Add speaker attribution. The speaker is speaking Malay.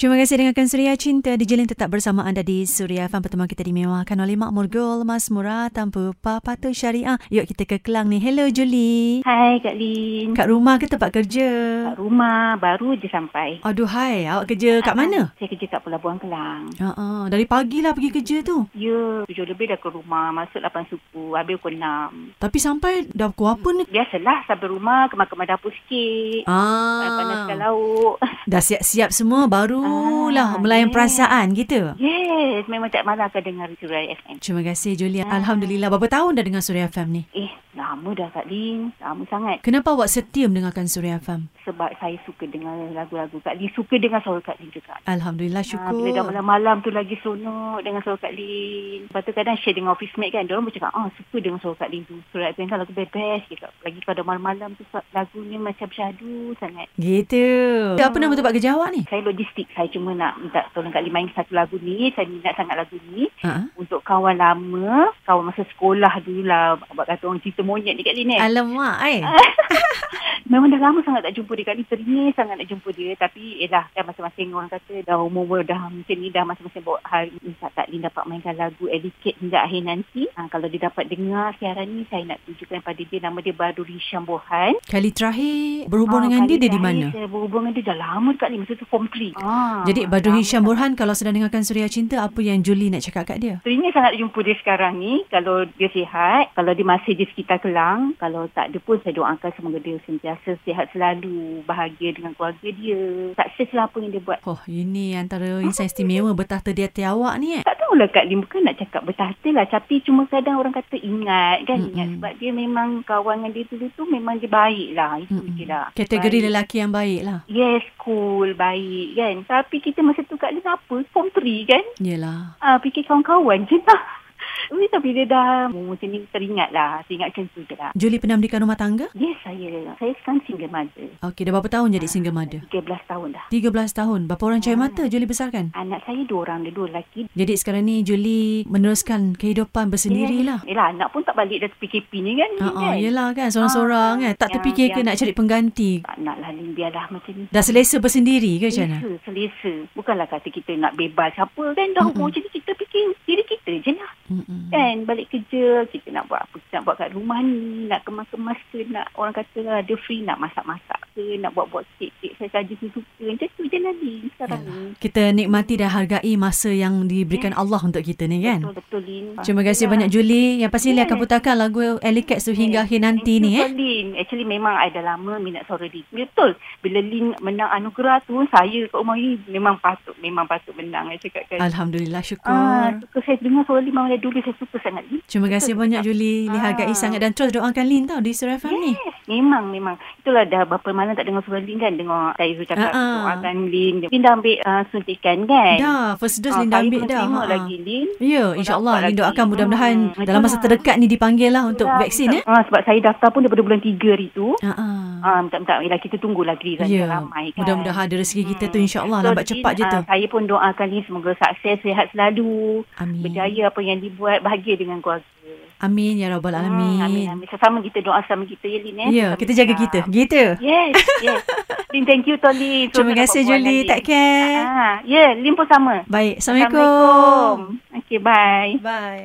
Speaker 1: Terima kasih dengarkan Suria Cinta di Jilin tetap bersama anda di Suria Fan pertemuan kita dimewahkan oleh Makmur Gul Mas Murah tanpa Papatu Syariah. Yuk kita ke Kelang ni. Hello Julie.
Speaker 2: Hai Kak Lin.
Speaker 1: Kat rumah ke tempat kerja?
Speaker 2: Kat rumah baru je sampai.
Speaker 1: Aduh hai, awak kerja kat mana?
Speaker 2: Saya kerja kat Pelabuhan Kelang.
Speaker 1: Ha ah, dari pagi lah pergi kerja tu.
Speaker 2: Ya, tujuh lebih dah ke rumah. Masuk lapan suku. Habis pukul enam.
Speaker 1: Tapi sampai dah pukul apa ni?
Speaker 2: Biasalah sampai rumah kemas-kemas dapur sikit. Ah. Panaskan
Speaker 1: Ah,
Speaker 2: lauk.
Speaker 1: dah siap-siap semua barulah
Speaker 2: Ah,
Speaker 1: melayan
Speaker 2: yes.
Speaker 1: perasaan gitu.
Speaker 2: Yes, memang tak malah akan dengar Surai FM.
Speaker 1: Terima kasih Julia.
Speaker 2: Ah.
Speaker 1: Alhamdulillah berapa tahun dah dengar Suria FM ni?
Speaker 2: Eh, lama dah Kak Lin. Lama sangat.
Speaker 1: Kenapa awak setia mendengarkan Suria FM?
Speaker 2: Sebab saya suka dengar lagu-lagu Kak Lin. Suka dengar suara Kak Lin juga.
Speaker 1: Alhamdulillah
Speaker 2: Ha, bila dah
Speaker 1: syukur.
Speaker 2: malam-malam tu lagi seronok dengan suara Kak Lin. Lepas tu kadang share dengan office mate kan. Diorang pun cakap, ah suka dengan suara Kak Lin tu. Surat Abang kan lagu best-best je Kak. Lagi pada malam-malam tu Kak, lagunya macam syahdu sangat.
Speaker 1: Gitu. Apa nama tempat kerja awak ni?
Speaker 2: Saya logistik. Saya cuma nak minta tolong Kak Lin main satu lagu ni. Saya minat sangat lagu ni.
Speaker 1: Ha?
Speaker 2: Untuk kawan lama, kawan masa sekolah dululah. Abang kata orang cerita monyet dekat Lin eh.
Speaker 1: Alamak eh.
Speaker 2: Memang dah lama sangat tak jumpa dia Kak Lin. Teringin sangat nak jumpa dia. Tapi eh dah dah masing-masing orang kata dah umur dah macam ni dah masing-masing bawa hari ni Kak Kak Lin dapat mainkan lagu Educate hingga akhir nanti. Ha, kalau dia dapat dengar siaran ni saya nak tunjukkan pada dia nama dia Baru Risham Bohan.
Speaker 1: Kali terakhir berhubung
Speaker 2: Ah,
Speaker 1: dengan
Speaker 2: kali
Speaker 1: dia dia di
Speaker 2: terakhir
Speaker 1: mana?
Speaker 2: Saya berhubung dengan dia dah lama Kak Lin. Masa tu form 3. Ha,
Speaker 1: Jadi Badru Hisham Burhan kalau sedang dengarkan Suria Cinta apa yang Julie nak cakap kat dia?
Speaker 2: Teringin sangat jumpa dia sekarang ni kalau dia sihat, kalau dia masih di sekitar Kelang, kalau tak ada pun saya doakan semoga dia sentiasa sihat selalu, bahagia dengan keluarga dia, sukses lah apa yang dia buat.
Speaker 1: Oh, ini antara insan istimewa bertahta di hati awak ni eh.
Speaker 2: Tak tahulah Kak Lim, bukan nak cakap bertahta lah tapi cuma kadang orang kata ingat kan,
Speaker 1: Mm-mm.
Speaker 2: ingat sebab dia memang kawan dengan dia dulu tu memang dia baik lah, itu
Speaker 1: Mm-mm.
Speaker 2: je lah.
Speaker 1: Kategori
Speaker 2: Baik.
Speaker 1: lelaki yang baik lah.
Speaker 2: Yes, cool, baik kan. Tapi kita masa tu Kak Lim apa? Form 3 kan?
Speaker 1: Yelah.
Speaker 2: Ah, fikir kawan-kawan je lah. Tapi tak bila dah umur macam ni teringat lah. Teringat macam tu je lah.
Speaker 1: Julie pernah mendirikan rumah tangga?
Speaker 2: Yes, saya. Saya sekarang single mother.
Speaker 1: Okey, dah berapa tahun jadi single mother?
Speaker 2: 13 tahun dah.
Speaker 1: 13 tahun. Berapa orang cahaya mata Julie besarkan?
Speaker 2: Anak saya dua orang. Dia dua lelaki.
Speaker 1: Jadi sekarang ni Julie meneruskan kehidupan bersendirilah.
Speaker 2: Yelah, anak pun tak balik dah PKP ni kan.
Speaker 1: Ha ah,
Speaker 2: kan?
Speaker 1: yelah kan seorang-seorang
Speaker 2: Ah,
Speaker 1: kan tak
Speaker 2: yang-
Speaker 1: terfikir ke
Speaker 2: yang-
Speaker 1: nak cari pengganti.
Speaker 2: Tak nak lah ni. Biarlah macam ni.
Speaker 1: Dah selesa bersendiri ke macam mana?
Speaker 2: Selesa, selesa. Bukanlah kata kita nak bebas apa kan. Dah
Speaker 1: Mm-mm.
Speaker 2: umur macam ni kita fikir diri kita je lah.
Speaker 1: Mm-mm.
Speaker 2: Kan balik kerja kita nak buat apa kita nak buat kat rumah ni nak kemas-kemas ke nak orang kata lah dia free nak masak-masak ke nak buat-buat kek-kek saya saja suka macam tu je nanti sekarang ni
Speaker 1: Kita nikmati dan hargai masa yang diberikan Allah untuk kita ni kan.
Speaker 2: betul-betul Lin
Speaker 1: Terima kasih banyak Julie yang pasti Lee akan putarkan lagu Elikats tu hingga akhir nanti ni eh.
Speaker 2: Lin. Actually memang I dah lama minat suara Lin. Betul. Bila Lin menang anugerah tu, saya kat rumah ni memang patut. Memang patut menang. Saya cakap kan.
Speaker 1: Alhamdulillah
Speaker 2: Ah,
Speaker 1: syukur.
Speaker 2: suka saya dengar suara Lin memang dari dulu saya suka sangat Lin.
Speaker 1: Terima kasih banyak Julie. Lee
Speaker 2: Ah.
Speaker 1: hargai sangat dan terus doakan Lin tau di Suria FM ni.
Speaker 2: Yes, memang memang. Itulah dah berapa malam tak dengar suara Lin kan dengar Taizul cakap
Speaker 1: Ha-ha.
Speaker 2: uh-huh. doakan Lin. Lin dah ambil uh, suntikan kan?
Speaker 1: Dah, first dose
Speaker 2: Ah,
Speaker 1: Lin dah
Speaker 2: saya
Speaker 1: ambil
Speaker 2: belum
Speaker 1: dah.
Speaker 2: terima
Speaker 1: Ha, ha.
Speaker 2: lagi Lin.
Speaker 1: Ya,
Speaker 2: dapat
Speaker 1: insyaAllah Lin
Speaker 2: lagi.
Speaker 1: doakan mudah-mudahan
Speaker 2: Hmm,
Speaker 1: dalam masa
Speaker 2: itulah.
Speaker 1: terdekat ni dipanggil lah untuk
Speaker 2: Itulah,
Speaker 1: vaksin eh.
Speaker 2: minta- Ah, sebab saya daftar pun daripada bulan 3 hari tu.
Speaker 1: Ha, ha.
Speaker 2: Ah, minta-minta yelah, kita tunggulah giliran
Speaker 1: Ya,
Speaker 2: yeah. ramai kan. Hmm.
Speaker 1: mudah-mudahan ada rezeki kita tu insyaAllah
Speaker 2: So,
Speaker 1: lambat
Speaker 2: Lin,
Speaker 1: cepat je
Speaker 2: ah,
Speaker 1: tu. Hmm.
Speaker 2: Saya pun doakan Lin semoga sukses, sihat selalu.
Speaker 1: Amin.
Speaker 2: ah, Berjaya apa yang dibuat, bahagia dengan keluarga.
Speaker 1: Amin ya rabbal
Speaker 2: Hmm, amin,
Speaker 1: alamin.
Speaker 2: amin. Sesama kita doa sama kita ya Lin. Eh?
Speaker 1: Ya,
Speaker 2: Sesama
Speaker 1: kita jaga kita. Gitu.
Speaker 2: Yes, yes. Lin, thank you Tolly.
Speaker 1: Terima kasih Julie. Take care.
Speaker 2: Ah, ya, yeah, Lim pun sama.
Speaker 1: Baik. Eh. Assalamualaikum.
Speaker 2: Assalamualaikum. Okay, bye.
Speaker 1: Bye.